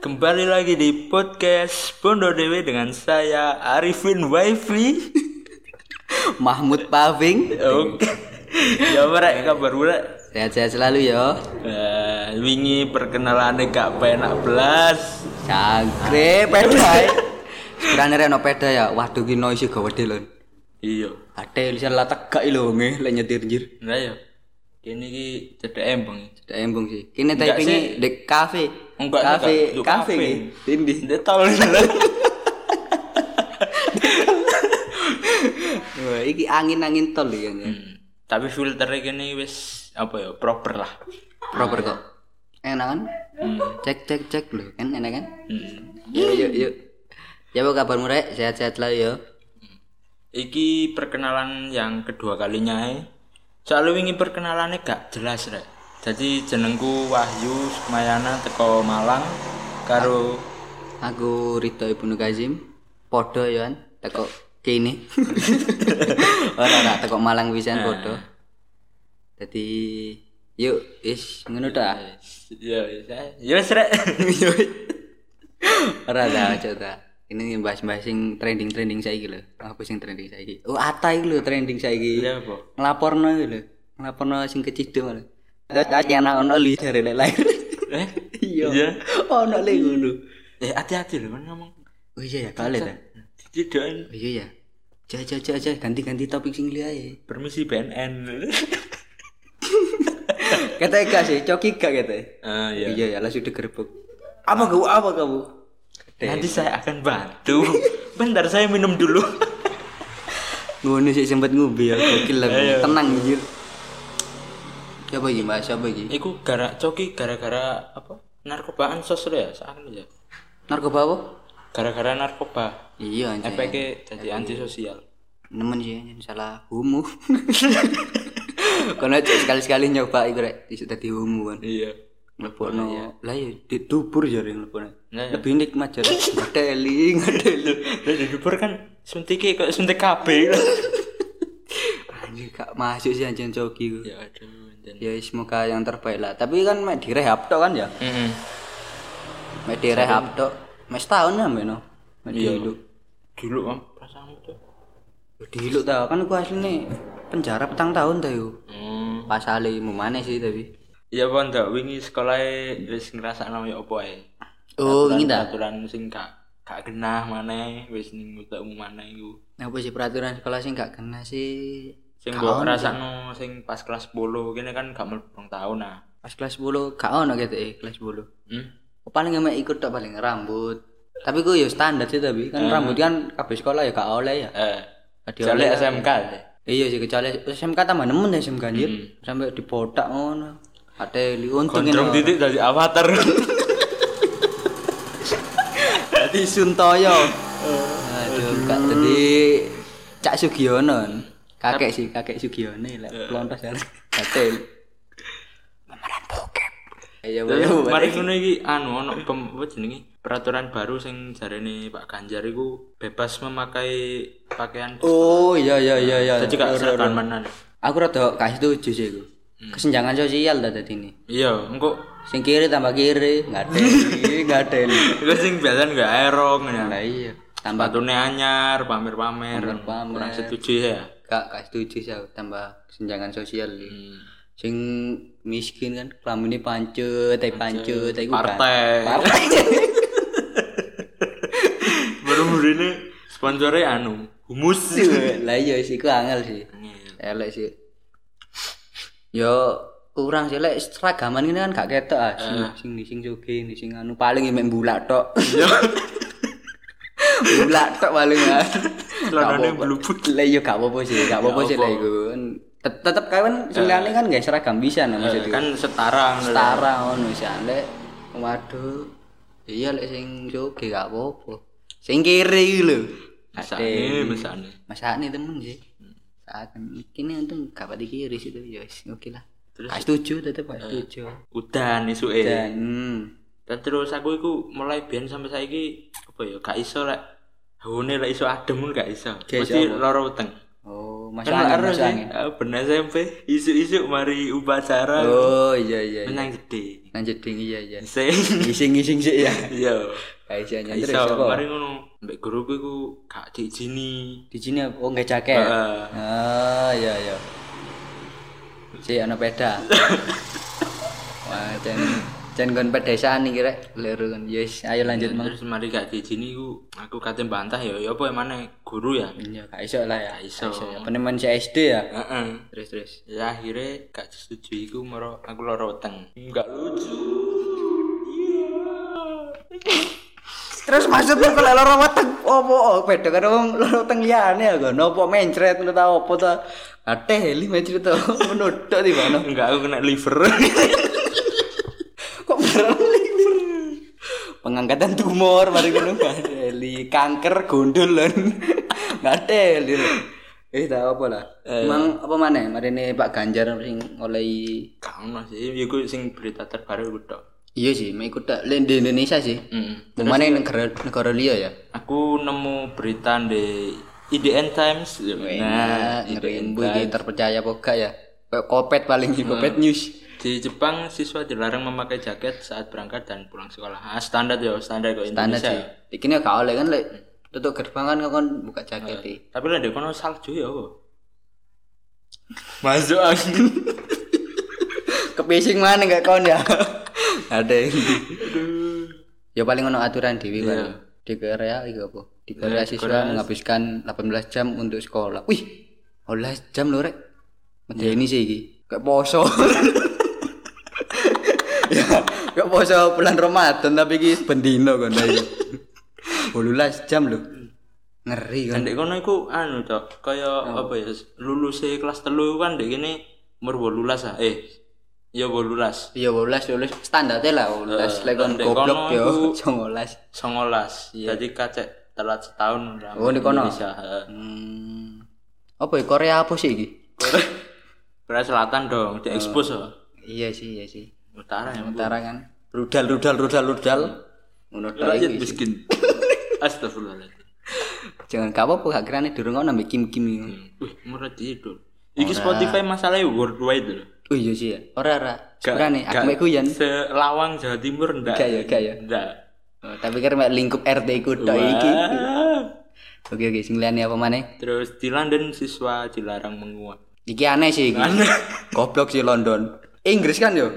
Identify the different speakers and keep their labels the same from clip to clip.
Speaker 1: Kembali lagi di podcast Pondo Dewi dengan saya Arifin Wifi.
Speaker 2: Mahmud Paving.
Speaker 1: Oke. Ya ora kabar ora.
Speaker 2: Sehat-sehat selalu yo.
Speaker 1: Eh, wingi perkenalane gak penak belas.
Speaker 2: Cangkre pedai. Sebenarnya reno peda ya. Waduh ki noise gawe delon.
Speaker 1: Iya.
Speaker 2: Ate lisan latak gak lho nge lek nyetir njir.
Speaker 1: Nah ya. Kene iki cedek embung.
Speaker 2: Tidak embung sih. Kini
Speaker 1: Enggak
Speaker 2: tapi ini
Speaker 1: sih.
Speaker 2: di kafe.
Speaker 1: Enggak,
Speaker 2: kafe,
Speaker 1: enggak. Yo,
Speaker 2: kafe.
Speaker 1: kafe.
Speaker 2: ki. Ini.
Speaker 1: Detol.
Speaker 2: Wah, iki angin-angin tol ya. Hmm.
Speaker 1: Hmm, Tapi filternya kene wis apa ya proper lah.
Speaker 2: Proper kok. Enak kan?
Speaker 1: Hmm.
Speaker 2: Cek cek cek lho kan enak kan?
Speaker 1: Hmm.
Speaker 2: Yuk yuk yuk. Ya apa kabarmu rek? Sehat-sehat selalu yo.
Speaker 1: Iki perkenalan yang kedua kalinya eh. Soalnya wingi perkenalannya gak jelas rek. Jadi jenengku Wahyu Sukmayana teko Malang karo
Speaker 2: Aku Rito Ibnu Kazim. Podo yo kan. Teko kene. Ora ora teko Malang wisan podo. Jadi yuk is ngono ta.
Speaker 1: ya wis, eh. ya wis, rek.
Speaker 2: Ora ta aja ta. Ini bahas-bahas sing trending-trending saiki lho. Apa sing trending saiki? Oh, ata iki lho trending saiki.
Speaker 1: Ya apa?
Speaker 2: ngelaporno iki lho ngelaporno sing keciduk lho Dadi ana ono li dari lek lahir
Speaker 1: Eh?
Speaker 2: iya
Speaker 1: Iya.
Speaker 2: ono li ngono
Speaker 1: Eh hati-hati lho kan ngomong.
Speaker 2: oh iya ya kale ta
Speaker 1: Tidak
Speaker 2: oh iya ya ja ja ja ja ganti-ganti topik sing liya ya. ae
Speaker 1: permisi BNN.
Speaker 2: kata gak sih coki gak kata
Speaker 1: Ah ya.
Speaker 2: iya ya lah sudah gerbek apa kamu apa kamu
Speaker 1: Iya. Nanti saya akan bantu. Bentar saya minum dulu.
Speaker 2: ngono sih sempet ngombe ya gokil lah tenang anjir siapa iki mbak siapa iki
Speaker 1: Iku gara coki gara-gara apa? Narkobaan sos ya, sakno ya.
Speaker 2: narkoba apa
Speaker 1: Gara-gara narkoba.
Speaker 2: iya anjir
Speaker 1: Efeknya e jadi antisosial.
Speaker 2: nemen sih yang salah homo karena sekali sekali nyoba itu rek bisa jadi homo kan
Speaker 1: Iya.
Speaker 2: lepono lah ya di dubur jadi lepono
Speaker 1: Nah, ya.
Speaker 2: lebih nikmat jadi ngadeli ngadeli
Speaker 1: Lah di dubur kan suntik kok suntik kabeh.
Speaker 2: anjir gak masuk sih anjir coki ku.
Speaker 1: ya aduh. anjen.
Speaker 2: ya semoga yang terbaik lah tapi kan mek direhab tok kan ya
Speaker 1: Mm-mm.
Speaker 2: mek direhab tok mek setahun ya mek no mek diluk
Speaker 1: Dulu om perasaanmu tuh.
Speaker 2: Ya, diluk tau kan gua aslinya penjara petang tahun tau yo
Speaker 1: Hmm.
Speaker 2: pas ali mau mana sih tapi
Speaker 1: Iya pon tak wingi sekolah wis ngrasakno ya apa ae.
Speaker 2: oh ini dah
Speaker 1: Aturan sing gak gak genah maneh wis ning utekmu maneh iku.
Speaker 2: apa sih peraturan sekolah sih nggak kena sih
Speaker 1: Sing gua ngrasakno sing pas kelas 10 kene kan gak mlebu rong tahun nah.
Speaker 2: pas kelas 10 gak ono gitu eh kelas 10
Speaker 1: Hmm.
Speaker 2: paling emang ikut tak paling rambut tapi gue ya standar sih tapi kan rambut kan kabeh sekolah ya gak oleh ya
Speaker 1: Eh,
Speaker 2: Gak dioleh.
Speaker 1: jale SMK. ya?
Speaker 2: iya sih kecuali SMK tambah nemen ya SMK anjir sampai dibotak ngono ya. ada li untung
Speaker 1: Gondrong titik dari avatar.
Speaker 2: dadi Suntoyo aduh gak jadi Cak Sugiono kakek sih kakek Sugiono lek pelontos ya ada pemeran bokep iya boleh
Speaker 1: Mari ngono iki anu ono pem- apa jenenge? Peraturan baru sing jarene Pak Ganjar iku bebas memakai pakaian
Speaker 2: oh iya iya iya iya
Speaker 1: jadi gak serban manan.
Speaker 2: aku rada gak setuju sih aku kesenjangan sosial dah tadi ini
Speaker 1: Iya, engko
Speaker 2: sing kiri tambah kiri nggak ada nggak ada
Speaker 1: iku sing biasa gak erong ya.
Speaker 2: nah iya tambah
Speaker 1: Sepatune anyar, pamer-pamer.
Speaker 2: Pamer-pamer.
Speaker 1: Kurang setuju ya.
Speaker 2: gak gak setuju sih aku tambah kesenjangan sosial ini. sing miskin kan kelaminnya pancut tapi pancut tapi
Speaker 1: Partai.
Speaker 2: partai
Speaker 1: Baru-baru ini sponsornya anu, humus.
Speaker 2: lah iya sih ku angel sih elek sih yo kurang sih lek seragaman ini kan gak ketok ah sing sing di sing joge di sing anu paling mek bulak tok bulak tok paling ah
Speaker 1: Celanane
Speaker 2: blubut lah yo gak apa-apa sih gak apa-apa sih lah iku Tet- tetep kawan sebenarnya kan gak seragam bisa nah maksudku
Speaker 1: Eh, Kan setara ngono.
Speaker 2: setara ngono sih lek waduh iya lek sing joge gak apa-apa sing kiri iki lho
Speaker 1: Mesane, mesane.
Speaker 2: masakne temen sih saat kini untung gak pati kiri sih tapi ya wis oke lah gak setuju tetep
Speaker 1: Eh.
Speaker 2: gak setuju
Speaker 1: Udan isuke.
Speaker 2: dan hmm,
Speaker 1: Dan terus aku iku mulai biyen sampai saiki apa ya gak iso lek hawane lek iso adem pun gak iso.
Speaker 2: Gak iso
Speaker 1: Mesti loro weteng.
Speaker 2: oh
Speaker 1: Kan
Speaker 2: masakne
Speaker 1: lek sih
Speaker 2: masakne
Speaker 1: eh, bener SMP isu-isu mari upacara
Speaker 2: oh iya iya iya.
Speaker 1: menang gede.
Speaker 2: lanjut ding iya iya
Speaker 1: Sing.
Speaker 2: ngising ngising sih ya
Speaker 1: Iya.
Speaker 2: kajiannya Ya, terus
Speaker 1: Iso,
Speaker 2: apa
Speaker 1: mari ngono. Mbek guruku iku gak diizini.
Speaker 2: di sini apa? oh nggak jaket
Speaker 1: Heeh.
Speaker 2: ah iya iya si ana peda wah jan jan kon pedesaan iki rek lero kon yes ayo lanjut mang
Speaker 1: Terus mari gak diizini iku aku kate bantah ya ya apa emane guru ya.
Speaker 2: iya gak iso lah ya
Speaker 1: Gak iso.
Speaker 2: ya peneman si SD ya
Speaker 1: Heeh.
Speaker 2: terus terus
Speaker 1: Ya akhirnya gak disetujui iku moro aku lara weteng. Enggak lucu.
Speaker 2: terus maksudmu kalau loro weteng opo beda karo wong loro weteng liyane ya kon opo mencret ngono ta opo ta ate heli mencret ta menodok tiba
Speaker 1: Enggak aku kena liver.
Speaker 2: kok barang liver pengangkatan tumor mari ngono Eli kanker gondol lan ngatel eh tak apa lah emang apa mana mari ini Pak Ganjar sing oleh
Speaker 1: Gak ono sih iku sing berita terbaru iku tok.
Speaker 2: iya sih mau ikut tak lain di Indonesia sih
Speaker 1: Heeh.
Speaker 2: mau mana negara negara liya ya
Speaker 1: Aku nemu berita di IDN Times. iya,
Speaker 2: nah ngeri bu ini terpercaya apa enggak ya Kayak kopet paling sih kopet news
Speaker 1: Di Jepang siswa dilarang memakai jaket saat berangkat dan pulang sekolah. Ah, standar ya, standar kok
Speaker 2: standar
Speaker 1: Indonesia.
Speaker 2: sih ini gak oleh kan lek tutup gerbang kan kau buka jaket eh.
Speaker 1: Tapi lah kono salju ya apa? Masuk angin.
Speaker 2: kepising mana gak kon ya ada yang ya paling ono aturan dewi kan di Korea itu apa di Korea siswa menghabiskan 18 jam untuk sekolah wih 18 jam lho rek medeni sih iki kayak poso ya kayak poso bulan Ramadan tapi iki bendino kan ayo 18 jam lho ngeri kan
Speaker 1: Ndek kono iku anu tok, kaya apa ya? Luluse kelas 3 kan ndek kene umur 18 ah. Eh. Ya 18.
Speaker 2: ya 18 lulus standarte lah 18 lek kon
Speaker 1: ndek
Speaker 2: goblok
Speaker 1: kono
Speaker 2: yo
Speaker 1: iku-
Speaker 2: 19
Speaker 1: 19. Jadi kacek telat setahun lah.
Speaker 2: Oh, di kono?
Speaker 1: Indonesia, heeh.
Speaker 2: Hmm. Apa ya Korea apa sih iki?
Speaker 1: Korea Selatan dong, di expose
Speaker 2: Ah.
Speaker 1: oh.
Speaker 2: Iya sih, iya sih.
Speaker 1: Utara ya.
Speaker 2: Utara kan. Rudal rudal rudal rudal. Ngono ta
Speaker 1: Rakyat
Speaker 2: iki.
Speaker 1: miskin. Astagfirullahaladzim.
Speaker 2: Jangan gak apa-apa gak kirane durung ono mbek kim-kim iki.
Speaker 1: Wih, murah tidur. Iki Spotify masalahnya worldwide loh.
Speaker 2: Oh iya sih ya. Ora ora. Sebenarnya aku mek guyon.
Speaker 1: Selawang Jawa Timur ndak.
Speaker 2: Gak ya, gak ya.
Speaker 1: Ndak.
Speaker 2: Oh, tapi kan mek lingkup RT ku tok iki. Oke oke sing liyane apa maneh?
Speaker 1: Terus di London siswa dilarang menguap.
Speaker 2: Iki aneh sih iki. Goblok sih London. Inggris kan yo.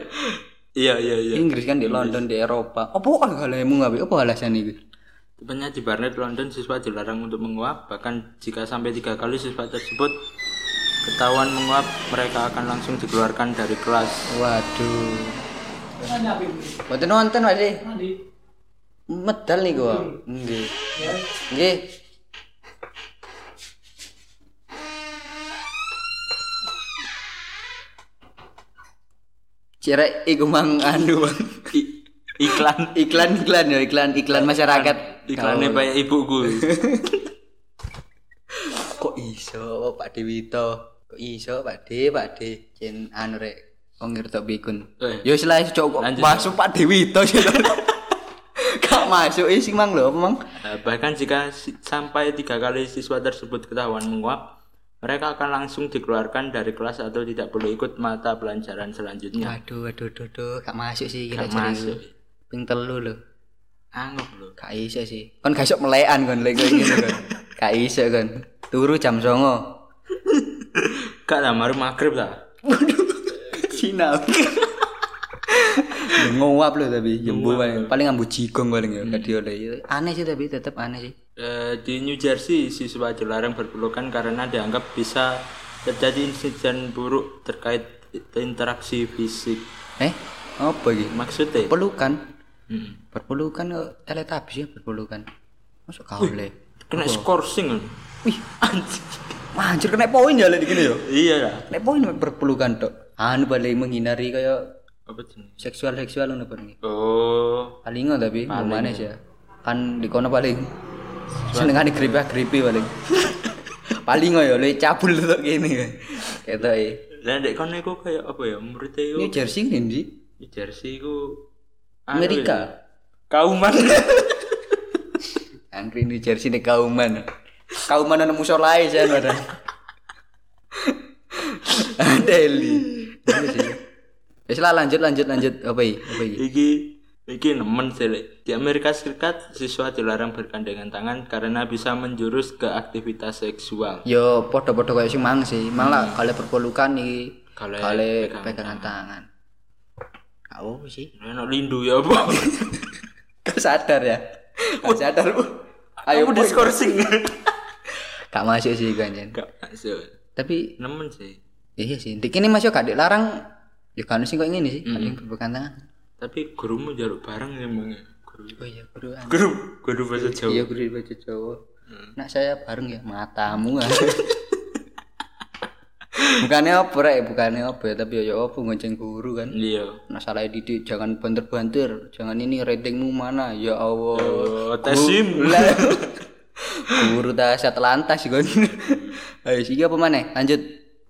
Speaker 1: Iya, iya, iya.
Speaker 2: Inggris kan di London di Eropa. Apa alasanmu ngabe? Apa alasan iki?
Speaker 1: Tepatnya di Barnet, London, siswa dilarang untuk menguap. Bahkan jika sampai tiga kali siswa tersebut ketahuan menguap, mereka akan langsung dikeluarkan dari kelas.
Speaker 2: Waduh. Mboten nonton Pak Dik. Medal nih gua. Nggih. Nggih. Cirek iku mang anu Bang.
Speaker 1: I- iklan
Speaker 2: Iklan iklan ya iklan iklan masyarakat.
Speaker 1: iklannya banyak ibuku.
Speaker 2: Kok iso Pak Dewito? Kok iso Pak De, Pak De. Cen anu rek wong ngerti bikun.
Speaker 1: Eh.
Speaker 2: Yo wis lah cok kok
Speaker 1: Lanjut.
Speaker 2: masuk Pak Dewito sih. Gak masuk eh, sing mang lho apa mang?
Speaker 1: Eh, Bahkan jika si- sampai tiga kali siswa tersebut ketahuan menguap, mereka akan langsung dikeluarkan dari kelas atau tidak perlu ikut mata pelajaran selanjutnya.
Speaker 2: Waduh waduh waduh, waduh. gak masuk sih kira
Speaker 1: Gak
Speaker 2: jari
Speaker 1: masuk.
Speaker 2: ku. Ping telu lho.
Speaker 1: Anggap loh.
Speaker 2: Gak iso sih. Kon gak iso melekan kon lek kowe ngene kon. Gak iso kon. Turu jam 09.00.
Speaker 1: Gak lah, mari maghrib lah.
Speaker 2: Sinau. Ngoap lho tapi jembu paling paling ambu jigong paling ya gak dioleh. Hmm. Aneh sih tapi tetep aneh sih.
Speaker 1: Eh, di New Jersey, siswa dilarang berpelukan karena dianggap bisa terjadi insiden buruk terkait interaksi fisik.
Speaker 2: Eh, apa iki?
Speaker 1: Maksudnya?
Speaker 2: Pelukan.
Speaker 1: Hmm.
Speaker 2: Berpelukan kok teletabis ya berpelukan. Masuk gak oleh.
Speaker 1: Kena kan? skorsing.
Speaker 2: Wih, anjir. Wah, anjir kena poin ya lek gini ya.
Speaker 1: Iya lah.
Speaker 2: Nek poin berpelukan tok. Ah, Anu paling menghindari kaya
Speaker 1: Apa jenis?
Speaker 2: seksual-seksual ngono paling.
Speaker 1: Oh,
Speaker 2: Paling ngono tapi gimana sih ya? Kan di kono paling senengane gripe-gripe paling. paling ngono ya le cabul tok kene. Ketoke.
Speaker 1: lah dek kono iku kayak apa ya? Muridnya iku
Speaker 2: New Jersey ini sih.
Speaker 1: New Jersey iku anu ya,
Speaker 2: Amerika.
Speaker 1: Kauman.
Speaker 2: Angkri New Jersey nek kauman. Kauman ana musolae jan padahal. Deli. Ini Iya sih. Wis lah lanjut lanjut lanjut apa iki? Apa iki?
Speaker 1: Iki iki nemen sih. Lek. Di Amerika Serikat siswa dilarang bergandengan tangan karena bisa menjurus ke aktivitas seksual.
Speaker 2: Yo podo-podo kayak sing mang sih. Malah kalian berpelukan iki
Speaker 1: Kalau
Speaker 2: kalian Hmm. pegangan tangan. Kau sih.
Speaker 1: enak lindu ya, Bu.
Speaker 2: Kau sadar ya? Kau sadar bu? Ayo
Speaker 1: Kamu
Speaker 2: bu.
Speaker 1: diskorsing.
Speaker 2: Gak masuk sih gue anjen.
Speaker 1: Enggak masuk.
Speaker 2: Tapi
Speaker 1: Nemen sih.
Speaker 2: iya sih. Dik ini masuk kadek larang. Ya kan sih kok ini sih. Kadek berpegang tangan.
Speaker 1: Tapi gurumu jaluk bareng ya, Bang. Guru
Speaker 2: Oh iya guru. ah.
Speaker 1: guru guru bahasa Jawa.
Speaker 2: Iya guru baca Jawa.
Speaker 1: Hmm.
Speaker 2: Nak saya bareng ya matamu. ah. bukannya apa rek, bukannya apa ya, tapi ya apa ngonceng guru kan.
Speaker 1: Iya.
Speaker 2: Nah salah didik jangan banter-banter, jangan ini ratingmu mana ya Allah.
Speaker 1: Oh, tesim.
Speaker 2: Lah. guru tak saya telantas kan. Ayo sih apa mana? Lanjut.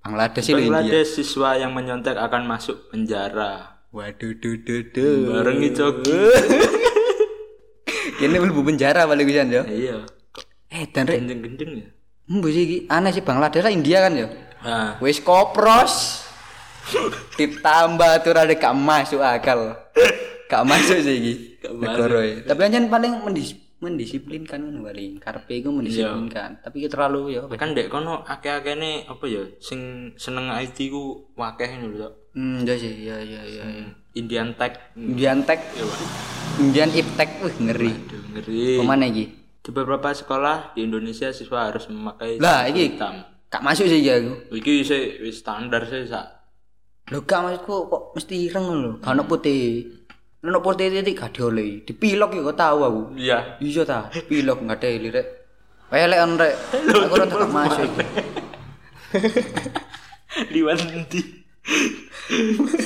Speaker 2: Bangladesh ini.
Speaker 1: Bangladesh siswa yang menyontek akan masuk penjara.
Speaker 2: Waduh duh duh duh.
Speaker 1: Bareng Icoki.
Speaker 2: Kene mlebu penjara paling pisan ya.
Speaker 1: Iya.
Speaker 2: Eh dan rek
Speaker 1: Gendeng-gendeng ya.
Speaker 2: mbok iki aneh sih Bangladesh lah India kan ya.
Speaker 1: Ah.
Speaker 2: Wis kopros. Ditambah tuh ada gak masuk akal. Gak masuk sih iki.
Speaker 1: Gak
Speaker 2: Negara ya. Tapi anjen paling mendis mendisiplinkan ngono paling. Karepe iku mendisiplinkan. Tapi iki terlalu ya.
Speaker 1: kan dek kono akeh-akeh nih apa ya sing seneng IT ku wakeh nih lho
Speaker 2: Hmm, iya sih. Iya iya iya.
Speaker 1: Indian Tech
Speaker 2: Indian Tech,
Speaker 1: ya Pak.
Speaker 2: Indian Iptek, wih ngeri.
Speaker 1: Aduh, ngeri
Speaker 2: Kemana iki?
Speaker 1: di beberapa sekolah di Indonesia siswa harus memakai
Speaker 2: Lah,
Speaker 1: sarung
Speaker 2: iki.
Speaker 1: hitam
Speaker 2: Gak masuk sih iki aku.
Speaker 1: iki sih wis standar sih sak
Speaker 2: Lho gak maksudku kok mesti ireng lho. Gak ono putih. Ono putih titik gak dioleh. Dipilok ya kok tahu aku.
Speaker 1: iya
Speaker 2: Iya ta, pilok nggak ada lirik. Pelek on rek. Aku ora tak masuk iki.
Speaker 1: liwat nanti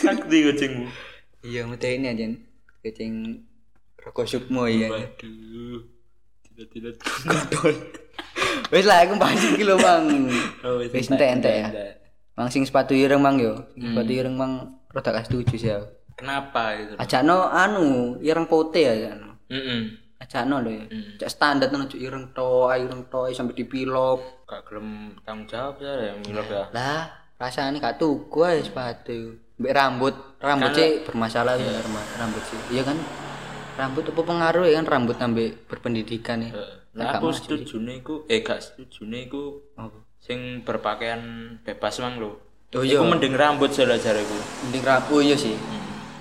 Speaker 1: sakti kucingmu
Speaker 2: Iya mesti ini aja. Kucing rokok sukmo ya.
Speaker 1: waduh tidak tidak
Speaker 2: Godol. Wis lah aku bahas iki lho, Bang.
Speaker 1: oh wis
Speaker 2: Wis entek-entek ya. Mang sing sepatu ireng mang yo. Sepatu ireng mang rada gak setuju sih aku.
Speaker 1: kenapa itu
Speaker 2: Ajakno anu ireng putih ajakno.
Speaker 1: heeh
Speaker 2: Ajakno lho ya. Cek standar nang cuk ireng tok, ireng tok sampai dipilok.
Speaker 1: gak gelem tanggung jawab ya yang milok ya
Speaker 2: Lah, rasanya gak tuku ae sepatu. Mbek rambut, rambut sih bermasalah ya rambut- rambut sih. Iya kan? Rambut apa pengaruh ya kan rambut ambek berpendidikan ya.
Speaker 1: Nah, Eh, aku setuju niku, eh gak setuju niku sing berpakaian bebas mang lho.
Speaker 2: Oh
Speaker 1: Iku mending rambut jala jareku.
Speaker 2: mending rambut iya sih.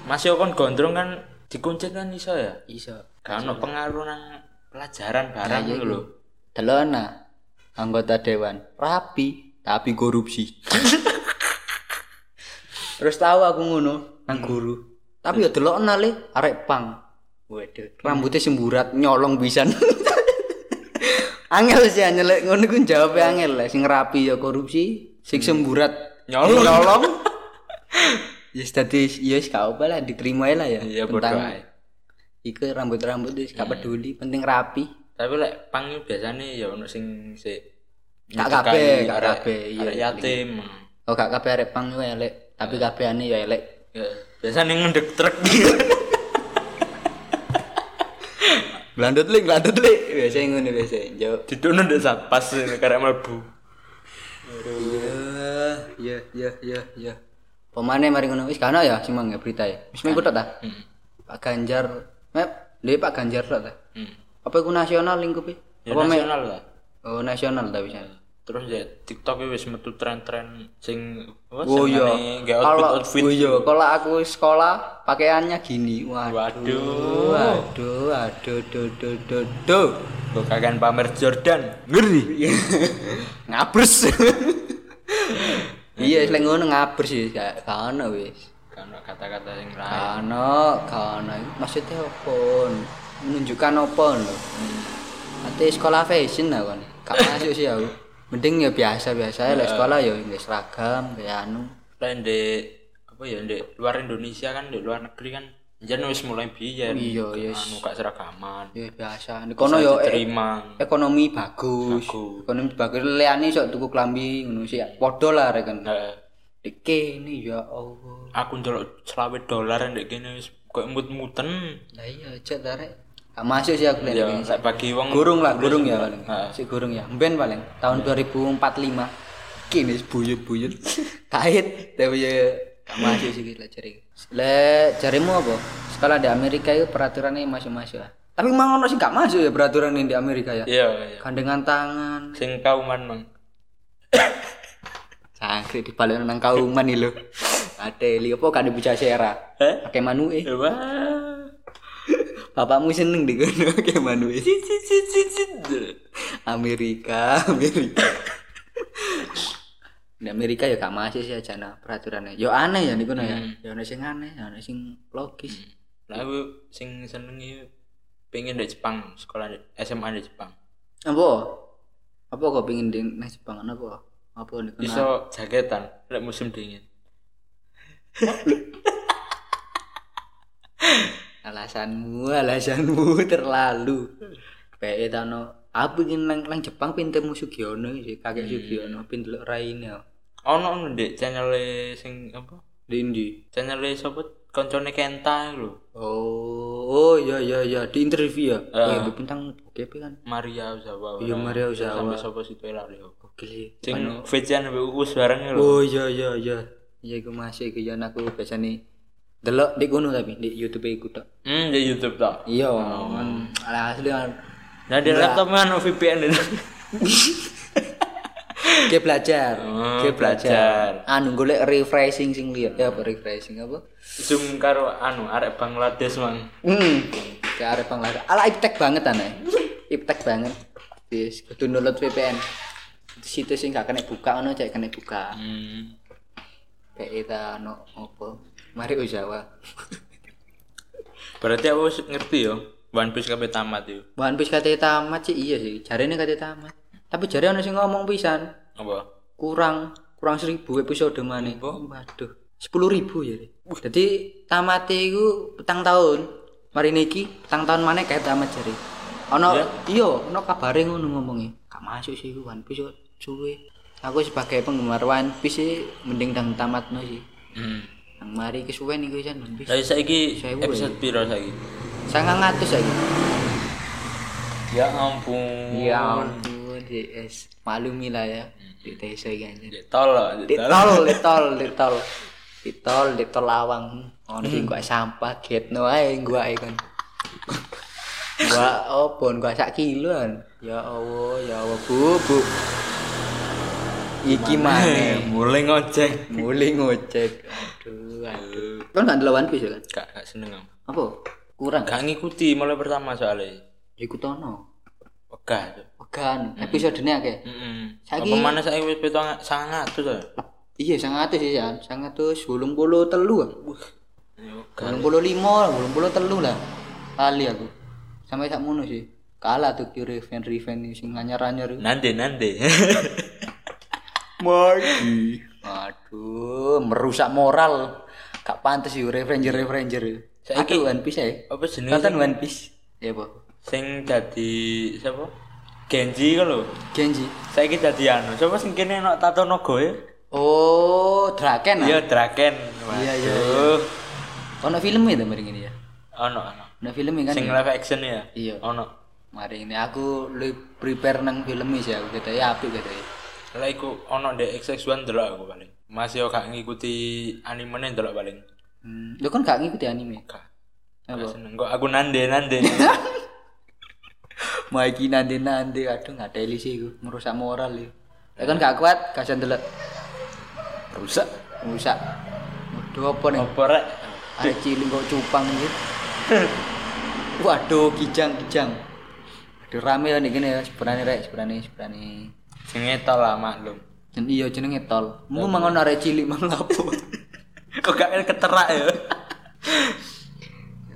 Speaker 1: Mas yo kon gondrong kan dikuncit kan iso ya.
Speaker 2: Iso.
Speaker 1: Gak ono pengaruh nang pelajaran barang ngono lho.
Speaker 2: Delona anggota dewan rapi tapi korupsi. Terus tahu aku ngono
Speaker 1: Hmm.
Speaker 2: nang guru. Tapi ya delokna le arek pang.
Speaker 1: Waduh.
Speaker 2: rambutnya semburat nyolong pisan angel sih angel lek ngono ku jawabnya angel lah sing rapi ya korupsi sing semburat
Speaker 1: Nyolong.
Speaker 2: nyolong ya tadi ya wis gak apa lah diterima ae Hmm. lah ya
Speaker 1: Iya bodo
Speaker 2: tentang
Speaker 1: ae.
Speaker 2: iku rambut-rambut wis gak peduli penting rapi
Speaker 1: Tapi lek pang iki biasane ya ono sing sik
Speaker 2: Gak
Speaker 1: nyudukai
Speaker 2: kabeh, gak
Speaker 1: arek-
Speaker 2: kabeh, iya.
Speaker 1: arek yatim.
Speaker 2: oh gak kabeh arek pang yo elek tapi kabehane ya elek
Speaker 1: Ya, biasane ngendek truk. gitu.
Speaker 2: Blandut lek, blandut lek. Biasanya ngono biasa. Yo.
Speaker 1: Didono ndek satpas karek mlebu.
Speaker 2: Iya, iya, iya, iya. Pemane mari ngono wis gak ono ya sing mangga berita ya. Wis mengko tok ta?
Speaker 1: Heeh.
Speaker 2: Pak Ganjar. Mep, le Pak Ganjar tok ta?
Speaker 1: Heeh.
Speaker 2: Apa iku nasional lingkupe?
Speaker 1: hmm. Ya
Speaker 2: Apa me?
Speaker 1: nasional lah.
Speaker 2: Oh, nasional ta bisa.
Speaker 1: terus ya TikTok wis metu tren-tren sing apa
Speaker 2: Oh iya.
Speaker 1: gak outfit
Speaker 2: Kalau
Speaker 1: outfit
Speaker 2: oh iya, kalau aku sekolah pakaiannya gini. Waduh.
Speaker 1: waduh
Speaker 2: Waduh, aduh, do, do, do, do.
Speaker 1: kok kagak pamer Jordan
Speaker 2: Ngeri. ngabers. Iya, selain ngono ngabers sih, gak gak ono wis.
Speaker 1: kan kata-kata yang lain
Speaker 2: Kano, kano. Maksudnya apa? Menunjukkan apa lho? Nanti sekolah fashion lah kan. Gak masuk sih aku. Mending ya biasa-biasa ya lah sekolah ya nggak seragam kayak anu.
Speaker 1: lain di apa ya di luar Indonesia kan di luar negeri kan jan wis mulai biyen
Speaker 2: Iya, iya.
Speaker 1: anu gak seragaman
Speaker 2: Ya biasa. Di kono ya e-
Speaker 1: terima
Speaker 2: ekonomi bagus.
Speaker 1: Bagus.
Speaker 2: Ekonomi bagus. Liane sok tuku klambi ngono sih. Podho lah rek kan.
Speaker 1: nah,
Speaker 2: Dike ini ya Allah.
Speaker 1: aku ndelok selawe dolar ndek kene wis kok mut-muten
Speaker 2: Lah iya aja tarik. Gak masuk sih aku
Speaker 1: ya
Speaker 2: lihat.
Speaker 1: lek bagi wong
Speaker 2: Gurung lah, gurung ya paling.
Speaker 1: Heeh.
Speaker 2: Si gurung ya. Mben paling tahun 2045. Kini buyut-buyut. Kait tapi ya Gak masuk sih lek jari. Lek jarimu apa? Sekolah di Amerika itu peraturannya masuk-masuk. ah. Tapi emang ono sih gak masuk ya peraturan yang di Amerika ya.
Speaker 1: Iya, iya.
Speaker 2: Gandengan tangan.
Speaker 1: Sing kauman, Mang.
Speaker 2: Cangkrik dibalik nang kauman iki lho. Ate li opo kan bocah sera.
Speaker 1: Heh?
Speaker 2: Akeh manuke.
Speaker 1: Ya, Wah.
Speaker 2: Bapakmu seneng di kono akeh manuke.
Speaker 1: Cit, cit, cit, cit, cit.
Speaker 2: Amerika, Amerika. di Amerika ya gak masuk sih aja nah peraturannya. Yo aneh ya niku nah ya.
Speaker 1: Hmm.
Speaker 2: Ya ono sing aneh, ya ono sing logis.
Speaker 1: Lah aku sing seneng iki pengen di Jepang, sekolah di- SMA di Jepang. Hmm.
Speaker 2: Nah. Apa? Apa kok pengin di nang Jepang apa? Apa niku? nah?
Speaker 1: Iso jaketan lek musim dingin.
Speaker 2: Alasanmu, alasanmu terlalu. Bae tano aku ingin nang nang Jepang pintermu Sugiono sih, kakek
Speaker 1: Hmm.
Speaker 2: Sugiono pinter Raine.
Speaker 1: Ono ono ndek channel sing apa?
Speaker 2: Dindi.
Speaker 1: Channel sapa koncone Kenta iku lho.
Speaker 2: Oh, oh ya ya ya di interview ya.
Speaker 1: Ah.
Speaker 2: Uh. Ya bintang GP kan.
Speaker 1: Maria Ozawa.
Speaker 2: Iya, Maria Anu. Ozawa.
Speaker 1: Sampai sapa situ lali aku.
Speaker 2: Oke.
Speaker 1: Sing Vejan mbek Uus bareng iku lho.
Speaker 2: Oh ya ya ya. Iya iku masih iku yen aku biasane delok di kono tapi di YouTube iku tok.
Speaker 1: Hmm, di YouTube tok.
Speaker 2: Iya,
Speaker 1: Oh.
Speaker 2: kan. Alah asli kan.
Speaker 1: Nah, di laptop kan ono VPN itu.
Speaker 2: Ke belajar.
Speaker 1: Oh,
Speaker 2: Ke
Speaker 1: belajar.
Speaker 2: Anu golek refreshing sing liya. Ya apa refreshing apa?
Speaker 1: Zoom karo anu arek Bangladesh, Mang.
Speaker 2: Hmm. Ke arah Bangladesh. Ala iptek banget aneh. Iptek banget. Wis kudu download VPN. Situs sing gak kena buka ono cek kena buka.
Speaker 1: Hmm.
Speaker 2: Kayak ta ono opo? Mari Jawa.
Speaker 1: Berarti aku s- ngerti yo. One Piece kabeh tamat yo.
Speaker 2: One Piece kate tamat sih iya sih. Jarene kate tamat. Tapi jare ono sing ngomong pisan.
Speaker 1: Apa?
Speaker 2: Kurang kurang 1000 episode maneh. Waduh. 10.000 ya. Jadi tamate iku petang tahun. Mari niki petang tahun maneh kayak tamat jare. Ono iya, ono kabare ngono ngomongi. Gak masuk sih iku One Piece kok suwe. Aku sebagai penggemar One Piece sih mending tang tamatno sih.
Speaker 1: Hmm.
Speaker 2: Nang mari kesuwen iku jan One Piece.
Speaker 1: Lah saiki
Speaker 2: Sewu, ya.
Speaker 1: episode piro saiki?
Speaker 2: 900 saiki.
Speaker 1: Ya ampun.
Speaker 2: Ya ampun, Hmm. DS. Maklumi lah ya. Di desa iki anjir.
Speaker 1: Dek tol, lah,
Speaker 2: Di
Speaker 1: dek tol.
Speaker 2: tol, di tol, di tol. Di tol, di tol lawang. Ono sing gua sampah getno ae gua ae kan. Gua opo gua sak kiloan. Ya Allah, ya Allah, Bu, Bu. Iki
Speaker 1: Eh,
Speaker 2: mana?
Speaker 1: mulai ngojek.
Speaker 2: Mulai ngocek. Aduh, aduh. Kan gak ndelok One Piece ya kan?
Speaker 1: Gak gak seneng aku.
Speaker 2: Apa? Kurang?
Speaker 1: Gak ngikuti mulai pertama soalnya.
Speaker 2: Ikut ono.
Speaker 1: Wegah.
Speaker 2: Wegan, episodenya akeh.
Speaker 1: Heeh.
Speaker 2: Saiki-
Speaker 1: Apa mana saiki wis 700 to?
Speaker 2: Iya, sangat sih ya, sangat tuh sebelum puluh
Speaker 1: Yo,
Speaker 2: telu, belum puluh lima, belum puluh telu lah, kali aku, sampai sak mono sih, kalah tuh kiri fan revenge sing anyar anyar.
Speaker 1: Nanti nanti.
Speaker 2: Mati. Aduh, merusak moral, gak pantas sih revenge revenge. Saiki One Piece ya,
Speaker 1: Apa jenenge
Speaker 2: nonton One Piece, ya boh,
Speaker 1: sing dadi sapa? Genji ku lho.
Speaker 2: Genji.
Speaker 1: Saiki dadi anu. Sapa sing kene nok tato nogo ya?
Speaker 2: Oh, Draken ah?
Speaker 1: Iya, Draken.
Speaker 2: Iya, iya,
Speaker 1: Waduh.
Speaker 2: Ono filmnya tuh mari ini ya,
Speaker 1: Ono ono.
Speaker 2: ono filmnya kan?
Speaker 1: Sing
Speaker 2: ya?
Speaker 1: live action ya?
Speaker 2: Iya.
Speaker 1: Ono.
Speaker 2: Mari ini aku lu prepare nang filmnya sih aku kata ya apik kata ya.
Speaker 1: Lah iku ono ndek XX1 delok aku paling. Masih yo gak ngikuti animene delok paling.
Speaker 2: Hmm, lo kan gak ngikuti anime.
Speaker 1: Gak. Gak seneng kok aku nande nande.
Speaker 2: Mau iki nanti nanti, aduh nggak teli sih gue, merusak moral ya. Lo kan gak kuat, kasihan delok. Rusak, rusak. Waduh apa nih?
Speaker 1: Apa rek?
Speaker 2: Ada cilik kok cupang gitu. Waduh, kijang kijang. Aduh rame ya nih gini ya, seberani rek, seberani seberani.
Speaker 1: Sing eto lah maklum.
Speaker 2: Dan iya jenenge tol. Mu mangon arek cilik mang lapo.
Speaker 1: Kok gak keterak ya?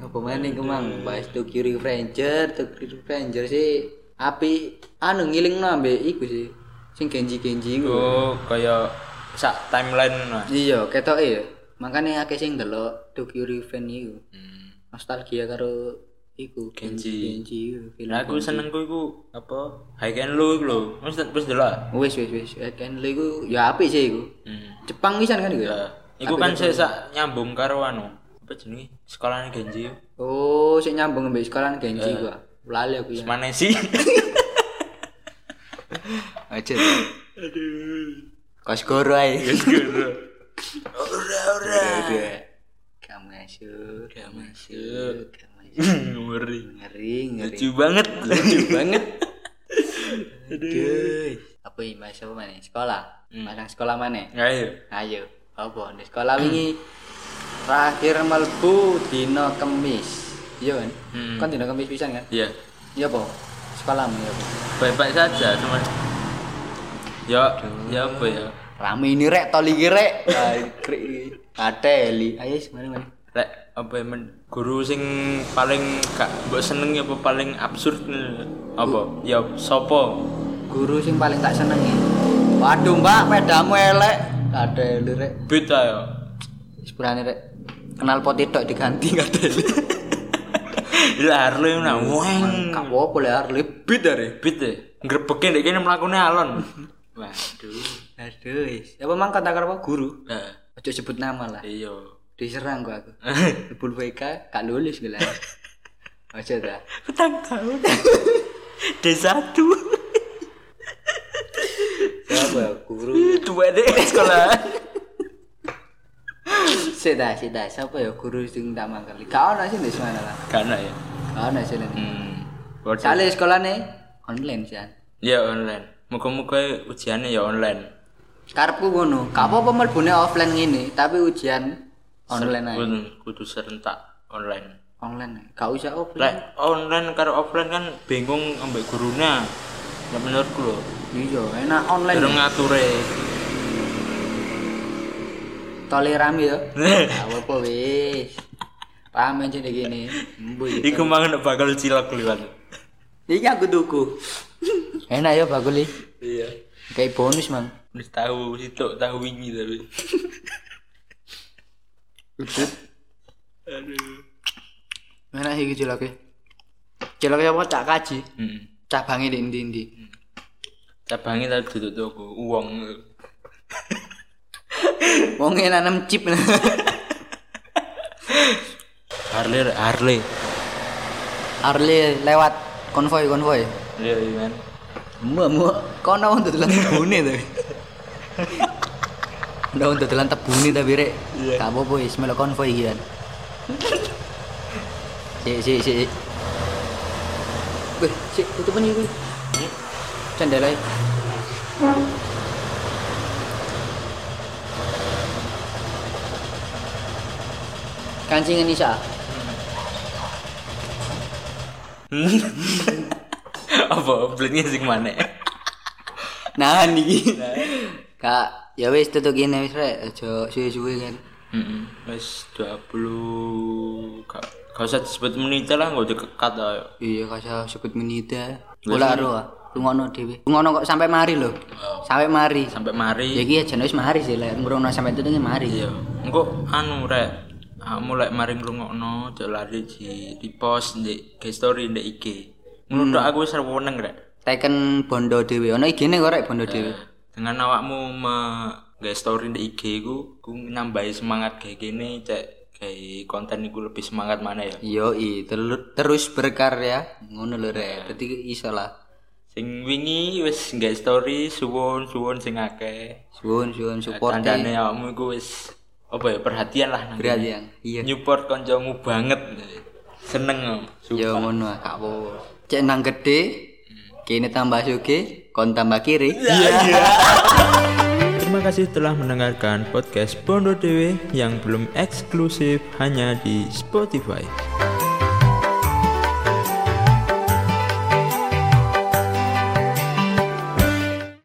Speaker 2: Apa mana nih kemang? Bahas Tokyo Revenger, Tokyo Revenger sih. Api anu ngiling nambe iku sih. Sing Genji Genji iku.
Speaker 1: Iku kaya sak timeline ngono.
Speaker 2: Iya, ketoke ya. Makane akeh sing ndelok Tokyo Revenge iku.
Speaker 1: Hmm.
Speaker 2: Nostalgia karo iku
Speaker 1: Genji.
Speaker 2: Genji iku. film.
Speaker 1: Lah Nah, aku senengku iku apa? High and low iku lho. Wis wis delok.
Speaker 2: Wis wis wis, kan lho iku ya apik sih iku.
Speaker 1: Hmm.
Speaker 2: Jepang pisan kan iku. ya?
Speaker 1: Ya. Iku kan sik sak nyambung karo anu. Apa jenenge? Sekolahane Genji.
Speaker 2: Oh, sik nyambung mbek sekolahan Genji iku. ah. Lali aku ya.
Speaker 1: Manesi.
Speaker 2: Aja. Aduh. Kos goro ae.
Speaker 1: Ora ora
Speaker 2: udah gak masuk gak masuk gak masuk
Speaker 1: Ngeri.
Speaker 2: ngeri ngeri
Speaker 1: Lucu banget. Lucu banget.
Speaker 2: Aduh. apa ini masuk apa mana sekolah masang sekolah mana
Speaker 1: Ayo.
Speaker 2: ayo apa di sekolah wingi terakhir melbu dino kemis iya kan
Speaker 1: Hmm.
Speaker 2: kan dino kemis pisan kan
Speaker 1: Iya.
Speaker 2: iya apa sekolahmu iya apa
Speaker 1: Baik-baik saja cuma Ya, ya apa ya?
Speaker 2: rame ini rek toli iki, rek ateli ayo mari mari
Speaker 1: Lek apa ya, men guru sing paling gak mbok seneng apa paling absurd nih? apa? Ya sopo?
Speaker 2: guru sing paling tak senengi waduh mbak pedamu elek ateli rek
Speaker 1: Beda ya.
Speaker 2: sepurane rek kenal pot tok diganti ateli
Speaker 1: Lah Harley nah weng.
Speaker 2: gak apa-apa lek arep lebih dari
Speaker 1: Bit deh. Ngrebekin dek kene mlakune alon.
Speaker 2: waduh aduh wis apa mang kontak apa guru
Speaker 1: Nah,
Speaker 2: ojo sebut nama lah
Speaker 1: iya.
Speaker 2: diserang kok aku Bul WK gak lulus gue lah ojo dah
Speaker 1: Petang tahun. D1.
Speaker 2: siapa ya, guru
Speaker 1: Dua deh sekolah.
Speaker 2: Sida, sida, siapa ya guru sing tak mangkel? Gak ono sih di mana lah.
Speaker 1: Karena ya.
Speaker 2: Gak ono sih ini.
Speaker 1: Hmm. waduh.
Speaker 2: Sale sekolahne online sih.
Speaker 1: Ya online. Moga-moga ujiannya ya online.
Speaker 2: Karepku ngono. Gak apa-apa mlebune offline ngene, tapi ujian online aja.
Speaker 1: Kudu, kudu serentak online.
Speaker 2: Online. aja. Gak usah offline.
Speaker 1: Lek online karo offline kan bingung ambek gurune. Ya menurutku lho.
Speaker 2: Iya, enak online.
Speaker 1: Durung ngature.
Speaker 2: Tole rame ya. Gak apa-apa wis. Rame aja deh gini. Embu ya.
Speaker 1: Iku mangan bakal cilok liwat.
Speaker 2: Iki aku tuku. Enak ya baguli.
Speaker 1: Iya.
Speaker 2: Kayak bonus, Mang.
Speaker 1: Wis tahu sitok tahu wingi tapi. Aduh.
Speaker 2: Enak iki ciloknya. Ciloknya apa cak kaji?
Speaker 1: Heeh.
Speaker 2: Cabange di ndi-ndi.
Speaker 1: Cabangi tadi duduk toko uang.
Speaker 2: Wong enak nem chip.
Speaker 1: Harley Harley.
Speaker 2: Arle lewat konvoy konvoy.
Speaker 1: Iya iya, kan.
Speaker 2: Mbak mu kono untuk telan tebune tapi. Udah untuk telan tebune tapi rek.
Speaker 1: Iya.
Speaker 2: Gak apa-apa wis melok konvoy iki kan. Sik sik sik. Wih, sik tutup ini kuwi. Candela. Kancingan Nisa.
Speaker 1: Apa blitnya sing mana?
Speaker 2: nahan iki kak ya wis tutup gini wis rek aja suwe-suwe kan
Speaker 1: Heeh. Wis 20 gak gak usah disebut menit lah gak usah kekat ayo.
Speaker 2: iya kaya sebut menita ora ro ngono dhewe ngono kok sampai mari lho sampai mari
Speaker 1: Sampai
Speaker 2: ya
Speaker 1: mari.
Speaker 2: iki aja wis mari sih lek ngrono sampai tutup mari
Speaker 1: Iya. Engko anu rek. Aku mulai mari ngrungokno jek lari di repost di ke story di IG. Menurut aku wis seneng rek.
Speaker 2: teken bondo dhewe ono igene kok rek bondo dhewe
Speaker 1: dengan awakmu me nggak story di IG ku ku nambahi semangat kayak gini cek kayak konten iku lebih semangat mana ya
Speaker 2: yo i terus berkarya ngono lho rek dadi iso lah
Speaker 1: sing wingi wis nggak story suwon suwon sing akeh
Speaker 2: suwun suwun support ya.
Speaker 1: tandane awakmu iku wis apa ya perhatian lah nang
Speaker 2: berat yang iya
Speaker 1: nyupport koncomu banget seneng om. Su-
Speaker 2: Ya ngono kak po. Cek nang gede, kini tambah suge, kon tambah kiri.
Speaker 1: Terima kasih telah mendengarkan podcast Bondo Dewe yang belum eksklusif hanya di Spotify.